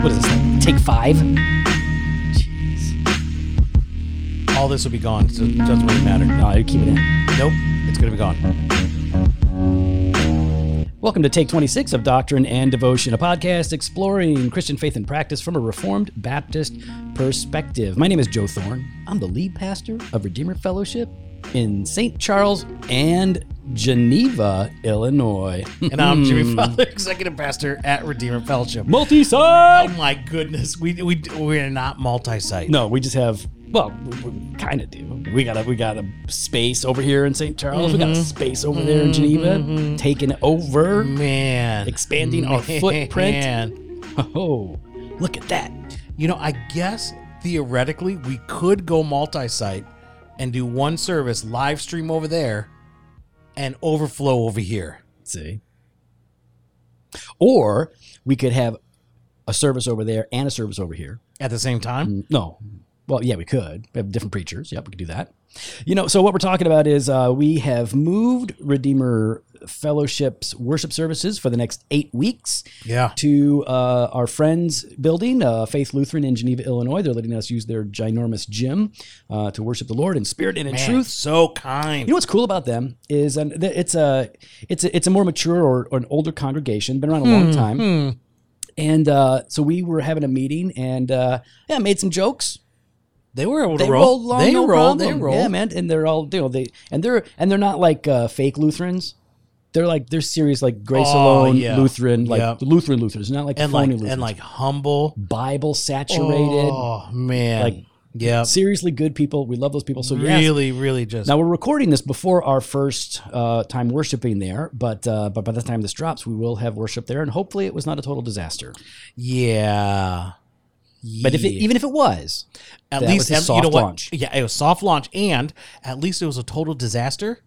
What is this? Like, take five? All this will be gone. So it doesn't really matter. No, I keep it in. Nope. It's going to be gone. Welcome to Take 26 of Doctrine and Devotion, a podcast exploring Christian faith and practice from a Reformed Baptist perspective. My name is Joe Thorne. I'm the lead pastor of Redeemer Fellowship in St. Charles and Geneva, Illinois. And I'm Hmm. Jimmy Fowler, executive pastor at Redeemer Fellowship. Multi Oh site! my goodness. We we we're not multi-site. No, we just have. Well, we, we kind of do. We got a we got a space over here in St. Charles. We got a space over there in Geneva, taking over. Man. expanding our footprint. Man. Oh, look at that. You know, I guess theoretically we could go multi-site and do one service live stream over there and overflow over here. See? Or we could have a service over there and a service over here. At the same time, No. Well, yeah, we could. We have different preachers. Yep, we could do that. You know, so what we're talking about is uh, we have moved Redeemer Fellowship's worship services for the next eight weeks. yeah, to uh, our friends building uh, faith lutheran in geneva illinois they're letting us use their ginormous gym uh, to worship the lord in spirit and in Man, truth so kind. you know what's cool about them is um, th- it's a it's a, it's a more mature or, or an older congregation, been around a Hmm, long time, and uh, so we were having a meeting and uh, yeah, made some jokes. they were able to They roll. rolled along, they no rolled. They problem. rolled. yeah, man. And they're all you know they and they're and they're not like uh, fake Lutherans. They're like they're serious, like grace Oh, alone yeah. Lutheran, like Yep. Lutheran Lutherans, not like and phony like Lutherans, and like humble, Bible saturated, Oh man, Like- yeah, seriously good people. We love those people. So yes, really, really just Now we're recording this before our first uh, time worshiping there, but uh, but by the time this drops, we will have worship there, and hopefully it was not a total disaster. yeah. But if it, even if it was, at that was a at- soft you know what? launch. Yeah, it was soft launch, and at least it was a total disaster,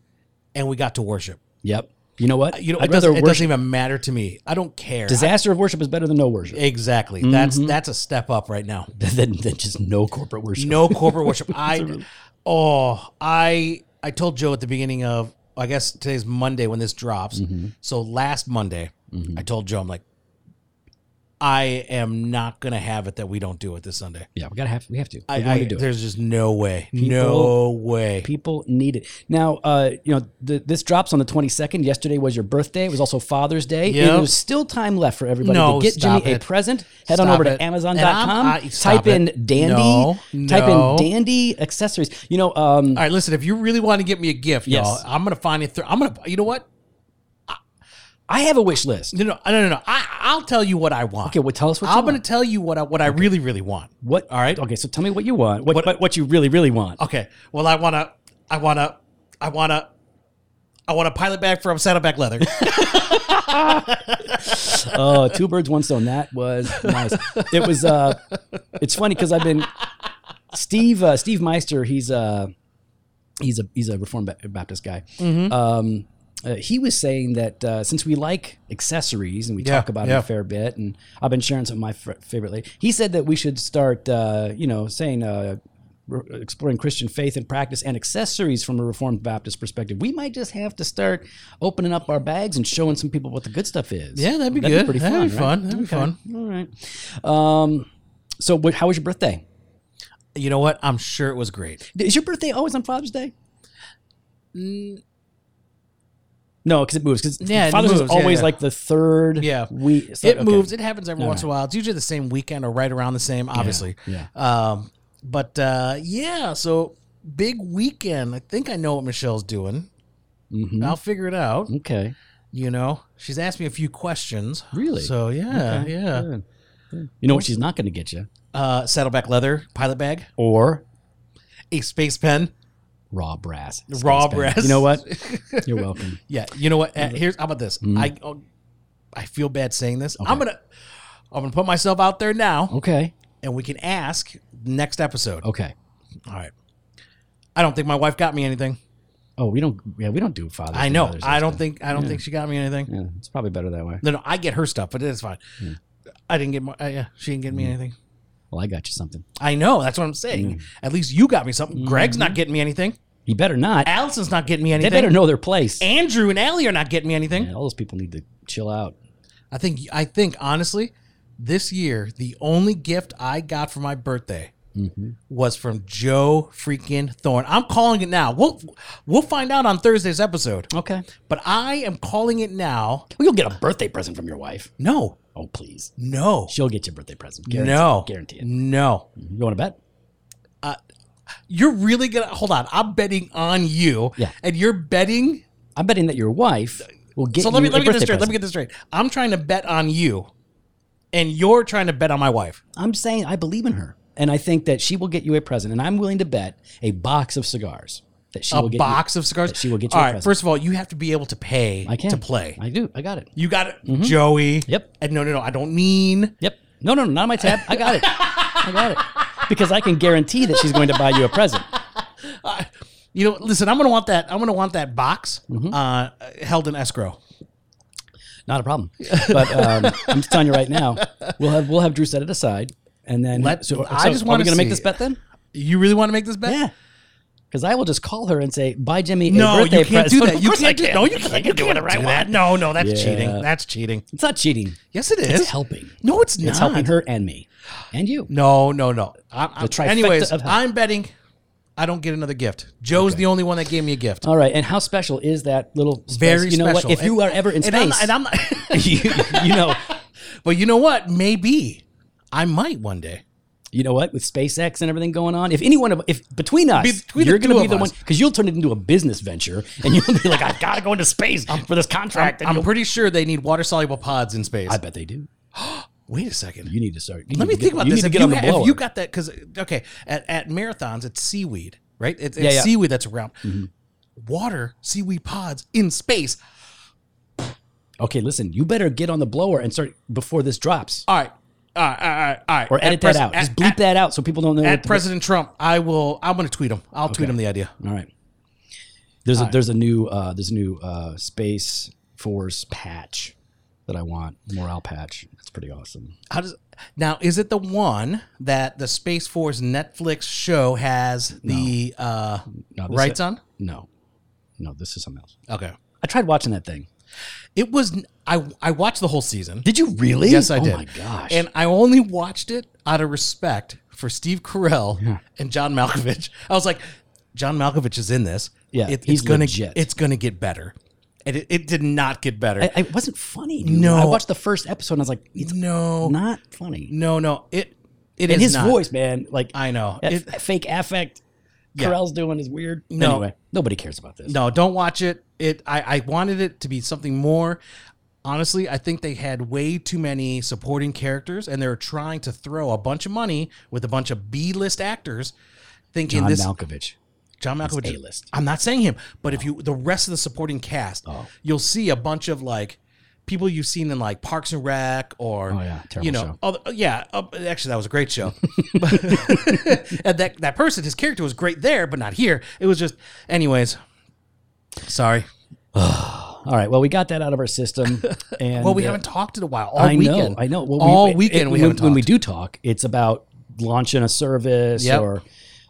and we got to worship. yep. You know what? Uh, You know, I'd it, doesn't, rather it worship. doesn't even matter to me. I don't care. Disaster Mm-hmm. of worship is better than no worship, exactly. That's that's a step up right now. than, than just no corporate worship. No corporate worship. I oh I I told Joe at the beginning of I guess today's Monday when this drops. Mm-hmm. So last Monday, I told Joe I'm like, I am not gonna have it that we don't do it this Sunday. Yeah, we gotta have we have to. I, we want I to do it. there's just no way, no People- way. People need it now. Uh, you know, th- this drops on the twenty second. Yesterday was your birthday. It was also Father's Day. And Yep. There's still time left for everybody No, to get stop Jimmy a it. present. Head on Stop over it. to Amazon.com. And I'm- I- stop type in it. dandy. No, type no. in dandy accessories. You know, um, All right, listen. If you really want to get me a gift, Yes. y'all, I'm gonna find it. Through, I'm gonna. You know what? I have a wish list. No, no, no, no. no. I I'll tell you what I want. Okay, well, tell us what you I'm gonna want. tell you what I what I really really want. What? All right. Okay, so tell me what you want. What? What, what you really, really want? Okay. Well, I wanna. I wanna. I wanna. I want a pilot bag from Saddleback Leather. Oh, two birds, one stone. That was nice. It was. Uh, it's funny because I've been Steve uh, Steve Meister. He's a he's a he's a Reformed Ba- Baptist guy. Mm-hmm. Um, uh, he was saying that uh, since we like accessories and we Yeah, talk about yeah. it a fair bit, and I've been sharing some of my fr- favorite late. He said that we should start, uh, you know, saying. Uh, re- Exploring Christian faith and practice and accessories from a Reformed Baptist perspective. We might just have to start opening up our bags and showing some people what the good stuff is. Yeah, that'd be good. pretty fun. That'd be right? fun. That'd be fun. All right. Um, so, what, how was your birthday? you know what? I'm sure it was great. Is your birthday always on Father's Day? No, because it moves. Because Mm. Yeah, it Father's Day is moves. Yeah, always yeah. like the third Yeah. week. It's it like- okay. moves. It happens every once in a while. It's usually the same weekend or right around the same. Obviously. yeah. Um, but uh, yeah, so big weekend. I think I know what Michelle's doing. Mhm. I'll figure it out. Okay. You know, she's asked me a few questions. Really? So yeah, Okay, yeah. good, good. You know what she's not going to get you? Uh, saddleback leather, pilot bag, Or a space pen, raw brass. raw Space pen. brass. You know what? You're welcome. yeah. You know what? Uh, here's how about this? Mm-hmm. I oh, I feel bad saying this. I'm gonna I'm gonna put myself out there now, Okay. and we can ask next episode. Okay. All right. I don't think my wife got me anything. Oh, we don't. Yeah, we don't do Father's. I Day, know. Mother's Day I don't stuff. think. I don't think she got me anything. Yeah, it's probably better that way. No, no. I get her stuff, but it's fine. Hmm. I didn't get. My, uh, yeah, she didn't get me anything. Well, I got you something. I know. That's what I'm Hmm. saying. At least you got me something. Greg's not getting me anything. You better not. Allison's not getting me Hmm. They anything. better know their place. Andrew and Allie are not getting me anything. Yeah, all those people need to chill out. I think. I think honestly, this year, the only gift I got for my birthday Mm-hmm. was from Joe freaking Thorne. I'm calling it now. We'll we'll find out on Thursday's episode. Okay. But I am calling it now. Well, you'll get a birthday present from your wife. No, Oh, please. no, She'll get you a birthday present. Guarantee, no, Guarantee it. No, You want to bet? you're really gonna hold on. I'm betting on you. Yeah. and you're betting. I'm betting that your wife will get So let me you let a me get this birthday straight. Let me present. get this straight. I'm trying to bet on you, and you're trying to bet on my wife. I'm saying I believe in her. And I think that she will get you a present. And I'm willing to bet a box of cigars that she A will get box of cigars. she will get you a All right. present. First of all, you have to be able to pay you. I can. to play. I do. I got it. You got it, Joey. Yep. And no, no, no. I don't mean. Yep. No, no, no, not on my tab. I got it. I got it. Because I can guarantee that she's going to buy you a present. You know, listen. I'm gonna want that. I'm gonna want that box Mm-hmm. uh, held in escrow. Not a problem. But um, I'm just telling you right now, we'll have we'll have Drew set it aside, and then Let- so, I so just are we wanna going to make see. this bet then? You really want to make this bet? Yeah. Because I will just call her and say, "Buy Jimmy a No, birthday you can't present." do that. Of You course I can't do can. No, you can't. You do can't whatever I do that. No, no, that's Yeah. cheating. That's cheating. It's not cheating. Yes, it is. It's helping. No, it's not. It's helping her and me, and you. No, no, no. I'm, I'm, trifecta anyways, of help. I'm betting I don't get another gift. Joe's the only one that gave me a gift. All right. And how special is that little space? Very Uh, you know special. what? If you are And- ever in and I'm- space, and I'm, you, you know, but you know what? Maybe I might one day. you know what? With SpaceX and everything going on, if anyone, of- if between us, Between the you're going two to be of the us. one because you'll turn it into a business venture, and you'll be like, "I've got to go into space for this contract." and I'm you'll- pretty sure they need water soluble pods in space. I bet they do. Wait a second. You need to start. you Let need me to think get- about you this. Need to If get you, on the ha- if blower. you got that, because okay, at, at marathons it's seaweed, right? It's, it's Yeah, Mm-hmm. yeah. seaweed that's around. Water seaweed pods in space. okay, listen. You better get on the blower and start before this drops, All right, all right, all right, all right. or edit At pres- that out. at- Just bleep at- that out so people don't know. what At the- President Trump, I will. I'm going to tweet him. I'll tweet him the idea. All right. There's a there's a new uh, there's a new uh, Space Force patch that I want morale patch. That's pretty awesome. How does now? Is it the one that the Space Force Netflix show has the uh, No, this rights is- on? No, no, this is something else. Okay. I tried watching that thing. It was. I I watched the whole season. Did you really? Yes, I did. Oh my gosh! And I only watched it out of respect for Steve Carell and John Malkovich. I was like, John Malkovich is in this. Yeah, It- he's it's gonna legit. it's gonna get better, and it, it did not get better. I, I it wasn't funny. dude. No. I watched the first episode and I was like, it's no, not funny. no, no. It it is And his not. voice, man, like I know. that It- f- fake affect Yeah. Carell's doing is weird. No. Anyway, nobody cares about this. no, don't watch it. It I, I wanted it to be something more. Honestly, I think they had way too many supporting characters, and they were trying to throw a bunch of money with a bunch of B list actors, thinking John this Malkovich. John Malkovich It's A-list. I'm not saying him, but if you the rest of the supporting cast, Oh. you'll see a bunch of like people you've seen in like Parks and Rec or Oh, yeah. Terrible you know show. other- yeah uh, actually that was a great show. and that that person his character was great there but not here. It was just anyways. Sorry. All right. Well, we got that out of our system. And Well, we uh, haven't talked in a while. All I weekend. know. I know. Well, all it- weekend we when, haven't when we talked. do talk, it's about launching a service Yep. or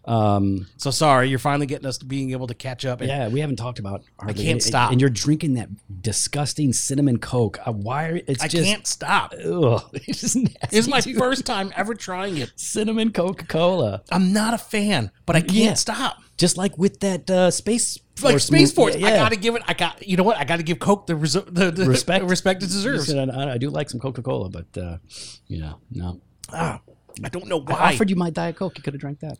um, so sorry, you're finally getting us to being able to catch up. And yeah, we haven't talked about. hardly can't any- stop. And you're drinking that disgusting cinnamon coke. Uh, why? are- It's I just can't stop. ugh, it's just nasty. It's my first time ever trying it. cinnamon Coca Cola. I'm not a fan, but I can't Yeah. stop. Just like with that uh, space like Force Space move- Force. Yeah, I yeah. gotta give it. I got you know what? I gotta give Coke the, resu- the, the Respect. respect respect it Just deserves. that I, I do like some Coca Cola, but uh, you know, no. Ah, I don't know I why, offered you my diet coke. You could have drank that.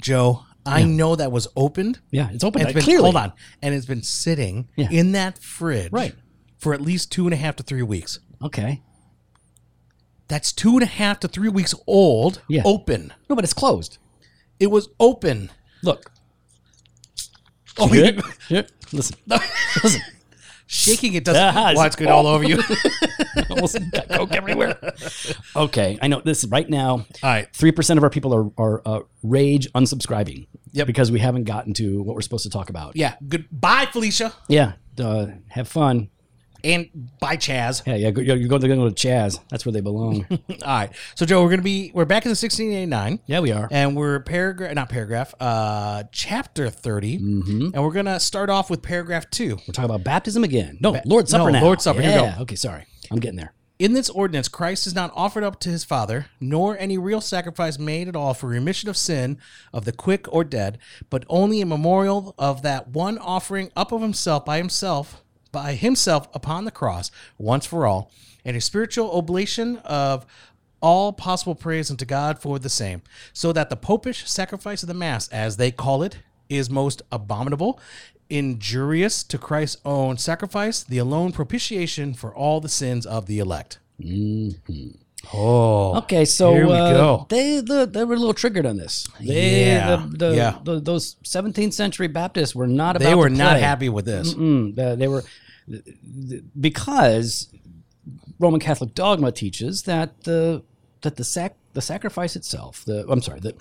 Joe. I know that was opened. Yeah, it's open. and it's been clearly, hold on, and it's been sitting Yeah. in that fridge Right. for at least two and a half to three weeks. Okay. That's two and a half to three weeks old. Yeah. Open. No, but it's closed. It was open. Look. You Oh, you hear it? You hear it? Listen. Listen. shaking it doesn't. Ah, well, it's good all over you. all Almost got coke everywhere. Okay, I know this right now. right. Three percent of our people are are uh, rage unsubscribing. Yep. Because we haven't gotten to what we're supposed to talk about. Yeah. Goodbye, Felicia, Yeah. Uh, have fun. and bye, Chaz. Yeah, yeah. Go, you're going to go to Chaz. That's where they belong. All right. So, Joe, we're gonna be we're back in the 1689. yeah, we are. and we're paragraph not paragraph uh chapter 30 and we're gonna start off with paragraph two We're talking about baptism again. No, Lord's Supper no, now. Lord's Supper, here we Yeah, Okay, sorry. I'm getting there. In this ordinance, Christ is not offered up to his Father, nor any real sacrifice made at all for remission of sin of the quick or dead, but only a memorial of that one offering up of himself by himself by himself upon the cross once for all, and a spiritual oblation of all possible praise unto God for the same, so that the popish sacrifice of the Mass, as they call it, is most abominable, injurious to Christ's own sacrifice, the alone propitiation for all the sins of the elect. Mm-hmm. Oh, Okay, so Here we uh, go. they the, they were a little triggered on this. They, Yeah, the, the, yeah. the- those 17th century Baptists were not about. they were to not play. happy with this. Mm, they, they were because Roman Catholic dogma teaches that the that the sac the sacrifice itself, the I'm sorry, the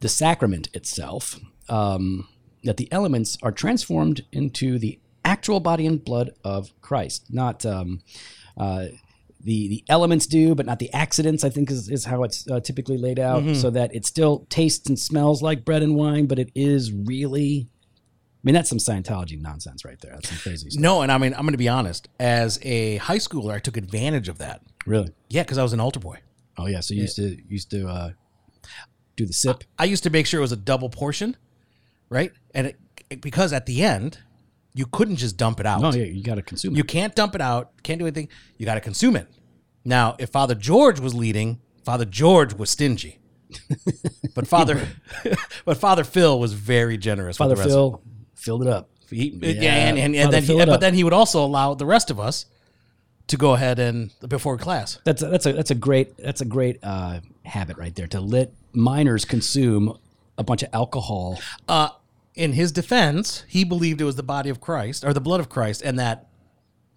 the sacrament itself, um, that the elements are transformed into the actual body and blood of Christ, not. Um, uh, the, the elements do, but not the accidents, I think is, is how it's uh, typically laid out, so that it still tastes and smells like bread and wine, but it is really I mean, that's some Scientology nonsense right there. That's some crazy stuff. No, and I mean, I'm going to be honest. As a high schooler, I took advantage of that. Really? Yeah, because I was an altar boy. Oh yeah. So you used to used to uh, do the sip. I used to make sure it was a double portion, right? And it, it- because at the end, you couldn't just dump it out. Oh yeah. You got to consume. You it. can't dump it out. Can't do anything. You got to consume it. Now, if Father George was leading, Father George was stingy, but Father, but Father Phil was very generous. Father with the rest Phil filled it up. He, yeah, Uh, Yeah, and, and, and Father then he, Phil it but up. then he would also allow the rest of us to go ahead and before class. That's a, that's a that's a great that's a great uh, habit right there to let minors consume a bunch of alcohol. Uh, in his defense, he believed it was the body of Christ or the blood of Christ, and that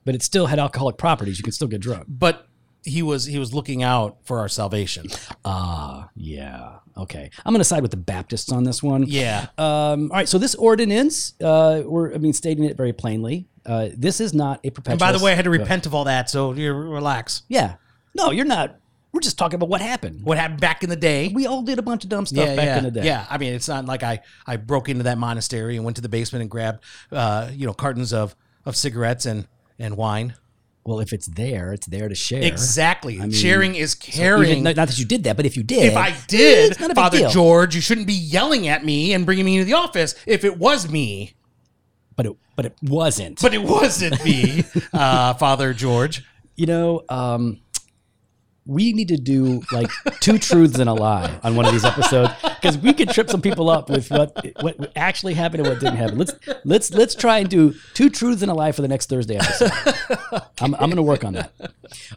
But it still had alcoholic properties. You can still get drunk. but he was he was looking out for our salvation. Ah, yeah. Okay. I'm going to side with the Baptists on this one. Yeah. Um, all right. So this ordinance, uh, we're, I mean, stating it very plainly, uh, this is not a perpetual. And by the way, I had to repent of all that, so you relax. Yeah. No, you're not. We're just talking about what happened. What happened back in the day? We all did a bunch of dumb stuff back yeah, in the day. yeah. I mean, it's not like I I broke into that monastery and went to the basement and grabbed uh, you know cartons of of cigarettes and and wine. Well, if it's there, it's there to share. Exactly. mean, Sharing is You caring. didn't- Not that you did that, but if you did, if I did, it's not a big Father deal. George, you shouldn't be yelling at me and bringing me into the office if it was me. but it, but it wasn't. But it wasn't me, uh, Father George. you know, um, we need to do like two truths and a lie on one of these episodes because we could trip some people up with what what actually happened and what didn't happen. Let's let's let's try and do two truths and a lie for the next Thursday episode. I'm, I'm going to work on that.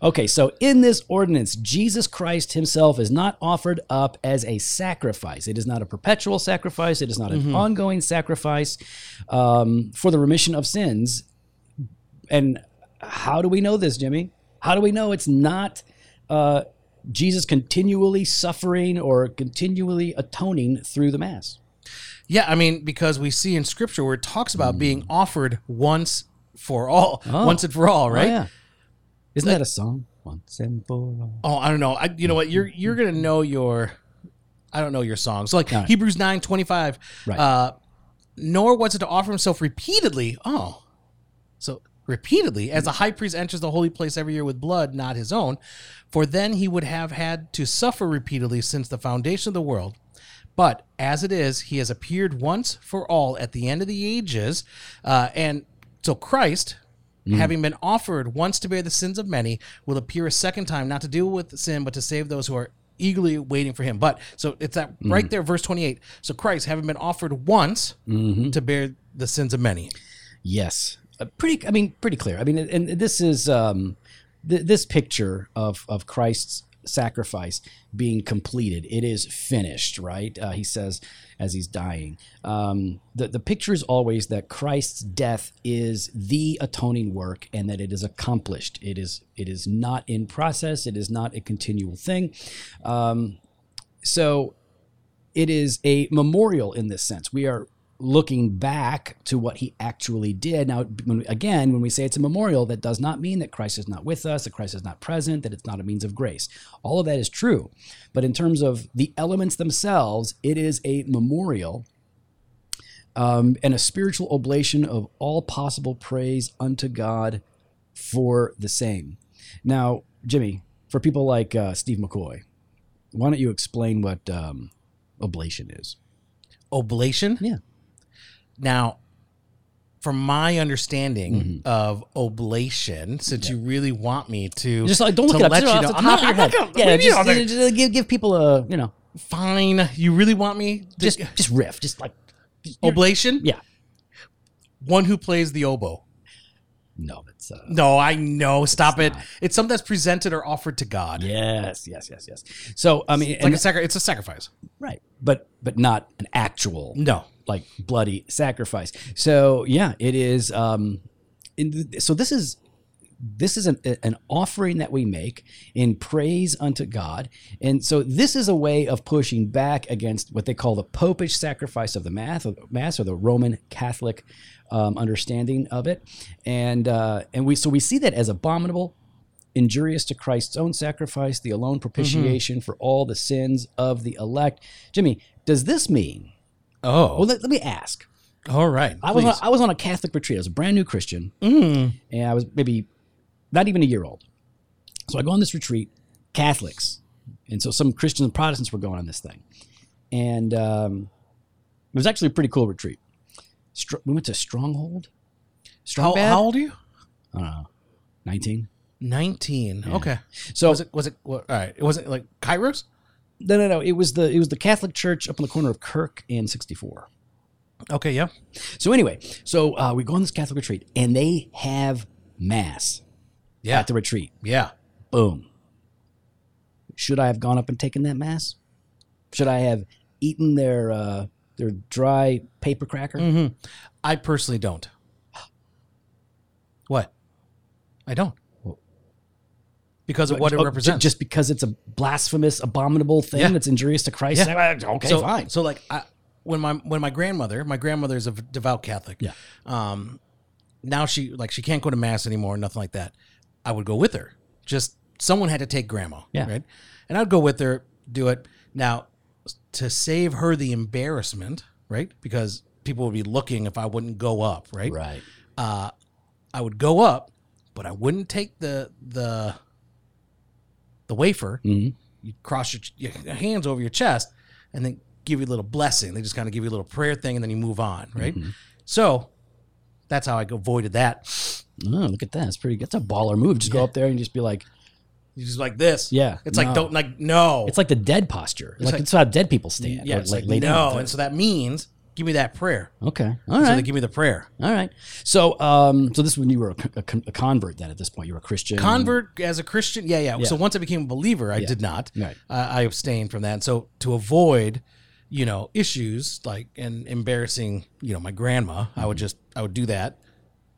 Okay, so in this ordinance, Jesus Christ himself is not offered up as a sacrifice. It is not a perpetual sacrifice. It is not an ongoing sacrifice um, for the remission of sins. And how do we know this, Jimmy? How do we know it's not uh, Jesus continually suffering or continually atoning through the Mass? Yeah, I mean, because we see in scripture where it talks about being offered once for all, once and for all, right? Hmm. Oh, yeah. Isn't that a song? Once and for all. Oh, I don't know. I, you know what? You're you're gonna know your, I don't know your song. So like All right. Hebrews nine twenty five. Right. Uh, Nor was it to offer himself repeatedly. Oh, so repeatedly as the high priest enters the holy place every year with blood, not his own, for then he would have had to suffer repeatedly since the foundation of the world. But as it is, he has appeared once for all at the end of the ages, uh, and so Christ, Mm. having been offered once to bear the sins of many, will appear a second time, not to deal with sin, but to save those who are eagerly waiting for him. But so it's that Mm. right there, verse twenty-eight. So Christ, having been offered once Mm-hmm. to bear the sins of many, Yes, Uh, pretty. I mean, pretty clear. I mean, and and this is um, th- this picture of of Christ's sacrifice being completed. It is finished, right? Uh, he says as he's dying. Um, the the picture is always that Christ's death is the atoning work, and that it is accomplished. It is it is not in process. It is not a continual thing. Um, so it is a memorial in this sense. We are looking back to what he actually did. Now, when, again, when we say it's a memorial, that does not mean that Christ is not with us, that Christ is not present, that it's not a means of grace. All of that is true. But in terms of the elements themselves, it is a memorial um, and a spiritual oblation of all possible praise unto God for the same. Now, Jimmy, for people like uh, Steve McCoy, why don't you explain what um, ablation is? Oblation? Yeah. Now, from my understanding Mm-hmm. of oblation, since you really want me to Just like don't to look it up. let Just off you the know, top No, of your I'm head. not gonna- yeah, leave you just, on there. just give give people a you know fine. You really want me? to- just just riff, just like oh, oblation? yeah. One who plays the oboe. No, that's uh, No, I know. Stop it. not. It's something that's presented or offered to God. yes, yes, yes, yes. So I mean, It's and- like a sacri- it's a sacrifice. right, but but not an actual No. like bloody sacrifice. So yeah, it is. Um, in th- so this is this is an, an offering that we make in praise unto God, and so this is a way of pushing back against what they call the popish sacrifice of the mass, mass or the Roman Catholic um, understanding of it, and uh, and we so we see that as abominable. Injurious to Christ's own sacrifice, the alone propitiation for all the sins of the elect. Jimmy, does this mean Oh. well, let, let me ask. all right. I was, on, please. I was on a Catholic retreat. I was a brand new Christian, Mm. and I was maybe not even a year old. So I go on this retreat, Catholics. And so some Christians and Protestants were going on this thing. And um, it was actually a pretty cool retreat. Str- we went to Stronghold. How, Stronghold? how old are you? I don't know. 19? 19. Okay. So Oh. Was it, was it, what, all right. It wasn't like Kairos? no, no, no. It was the it was the Catholic Church up on the corner of Kirk and 64. Okay. Yeah. So anyway, so uh, we go on this Catholic retreat, and they have mass Yeah. at the retreat. Yeah. Boom. Should I have gone up and taken that mass? Should I have eaten their uh, their dry paper cracker? Mm-hmm. I personally don't. What? I don't. Because of what it Oh, ju- represents. just because it's a blasphemous, abominable thing Yeah. that's injurious to Christ. Ah, Okay, so, fine. So like I, when my when my grandmother, my grandmother is a devout Catholic. Yeah. Um, now she like she can't go to mass anymore, nothing like that. I would go with her. Just someone had to take grandma. Yeah. Right. And I'd go with her, do it. Now, to save her the embarrassment, right? Because people would be looking if I wouldn't go up, right? Right. Uh, I would go up, but I wouldn't take the the the wafer Mhm. you cross your, your hands over your chest and then give you a little blessing. They just kind of give you a little prayer thing and then you move on, right? Mm-hmm. So that's how I avoided that. Oh, look at that. It's pretty good. That's a baller move. Just go up there and just be like, You just like this. yeah. It's no. like, don't like, no. It's like the dead posture. like, like- it's how dead people stand. yeah, or it's lay- like, lay no. down. And so that means give me that prayer. Okay. All So they right. give me the prayer. All right. So, um, so this is when you were a, con- a con- a convert. Then at this point, you were a Christian. Convert as a Christian. Yeah, yeah. Mm-hmm. Yeah. So once I became a believer, I did not. Right. I I abstained from that. And so to avoid, you know, issues like and embarrassing, you know, my grandma, I Mm-hmm. would just, I would do that.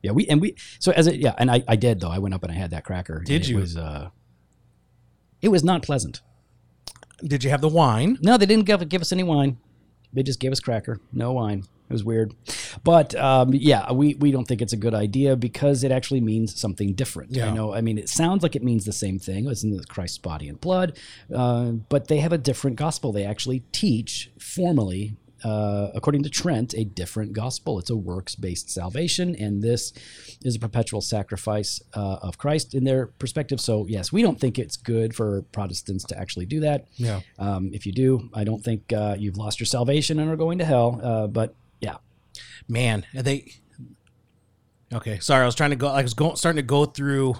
Yeah, we and we so as a yeah, and I, I did though. I went up and I had that cracker. and Did it you? Was, uh, it was not pleasant. Did you have the wine? No, they didn't give, give us any wine. They just gave us cracker, no wine. It was weird, but um, yeah, we we don't think it's a good idea because it actually means something different. Yeah. You know, I mean, it sounds like it means the same thing. It's in Christ's body and blood, uh, but they have a different gospel. They actually teach formally. Uh, according to Trent, a different gospel. It's a works based salvation, and this is a perpetual sacrifice uh, of Christ in their perspective. So, yes, we don't think it's good for Protestants to actually do that. Yeah. Um, if you do, I don't think uh, you've lost your salvation and are going to hell. Uh, but yeah, man are they okay sorry i was trying to go i was going starting to go through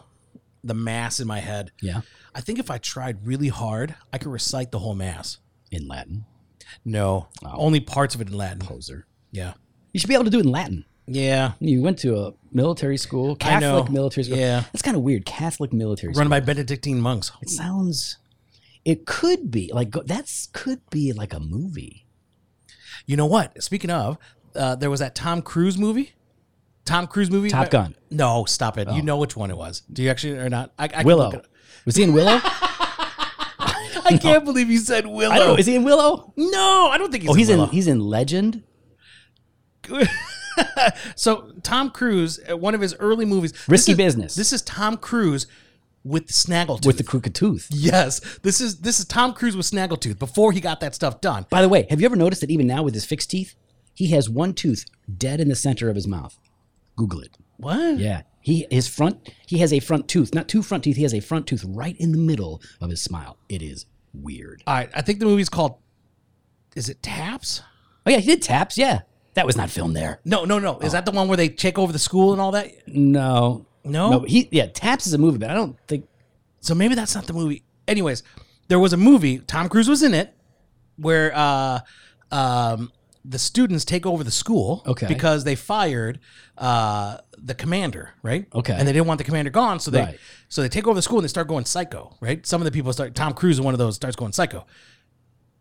the mass in my head yeah, i think if i tried really hard i could recite the whole mass in Latin, no only parts of it in latin poser. yeah You should be able to do it in Latin. yeah You went to a military school, I know. Catholic military school. Yeah. that's kind of weird. Catholic military. run by benedictine monks school. It sounds. It could be like go- that's could be like a movie. you know what speaking of uh, there was that tom cruise movie tom cruise movie Top Gun. Oh. no stop it you know which one it was do you actually or not i, I can Willow. look it up. Was he in Willow? i can't believe you said willow I don't know. Is he in Willow? no i don't think he's Oh, he's Willow. in he's in Legend. so Tom Cruise, uh, one of his early movies, Risky this is- Business. This is Tom Cruise with Snaggletooth. with the crooked tooth. yes, this is this is Tom Cruise with Snaggletooth before he got that stuff done. By the way, have you ever noticed that even now with his fixed teeth, he has one tooth dead in the center of his mouth? Google it. What? Yeah, He his front he has a front tooth, not two front teeth. He has a front tooth right in the middle of his smile. It is weird. All right, I think the movie's called. Is it Taps? Oh yeah, he did taps. Yeah, that was not filmed there. No, no, no. Oh. Is that the one where they take over the school and all that? No, No? He yeah, taps is a movie, but I don't think So maybe that's not the movie. Anyways, there was a movie. Tom Cruise was in it, where uh, um, the students take over the school. Okay. Because they fired uh, the commander, right? Okay. And they didn't want the commander gone, so they Right. so they take over the school and they start going psycho, right? Some of the people start. Tom Cruise is one of those starts going psycho.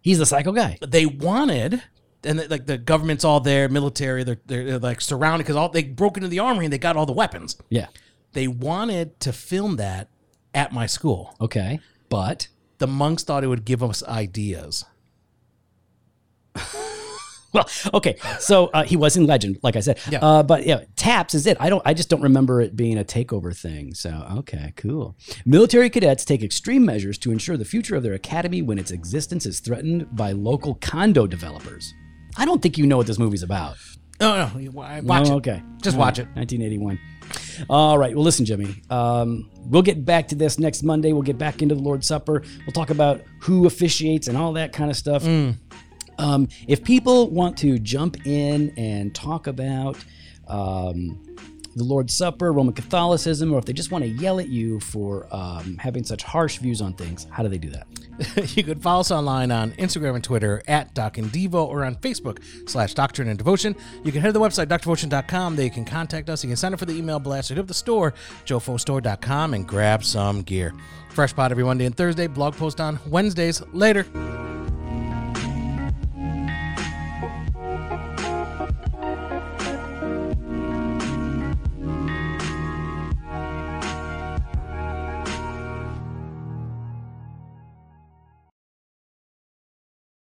he's a psycho guy. They wanted. And the- like the government's all there, military, they're, they're, they're like surrounded because all they broke into the armory and they got all the weapons. Yeah. They wanted to film that at my school Okay. But the monks thought it would give us ideas. well, okay. So uh, he was in Legend, like I said. Yeah. Uh, but yeah, Taps is it. I don't. I just don't remember it being a takeover thing. So okay, cool. Military cadets take extreme measures to ensure the future of their academy when its existence is threatened by local condo developers. I don't think you know what this movie's about. No, no, you- wa- watch Oh, it. okay. Just All watch right, it. 1981. All right. Well, listen, Jimmy. Um, we'll get back to this next Monday. We'll get back into the Lord's Supper. We'll talk about who officiates and all that kind of stuff. Mm. Um, if people want to jump in and talk about um, the Lord's Supper, Roman Catholicism, or if they just want to yell at you for um, having such harsh views on things, how do they do that? you could follow us online on Instagram and Twitter at Doc and Devo or on Facebook slash Doctrine and Devotion. You can head to the website, doctrinedevotion.com. There you can contact us. You can sign up for the email blast or hit up the store, jofostore.com, and grab some gear. Fresh pot every Monday and Thursday, blog post on Wednesdays. Later.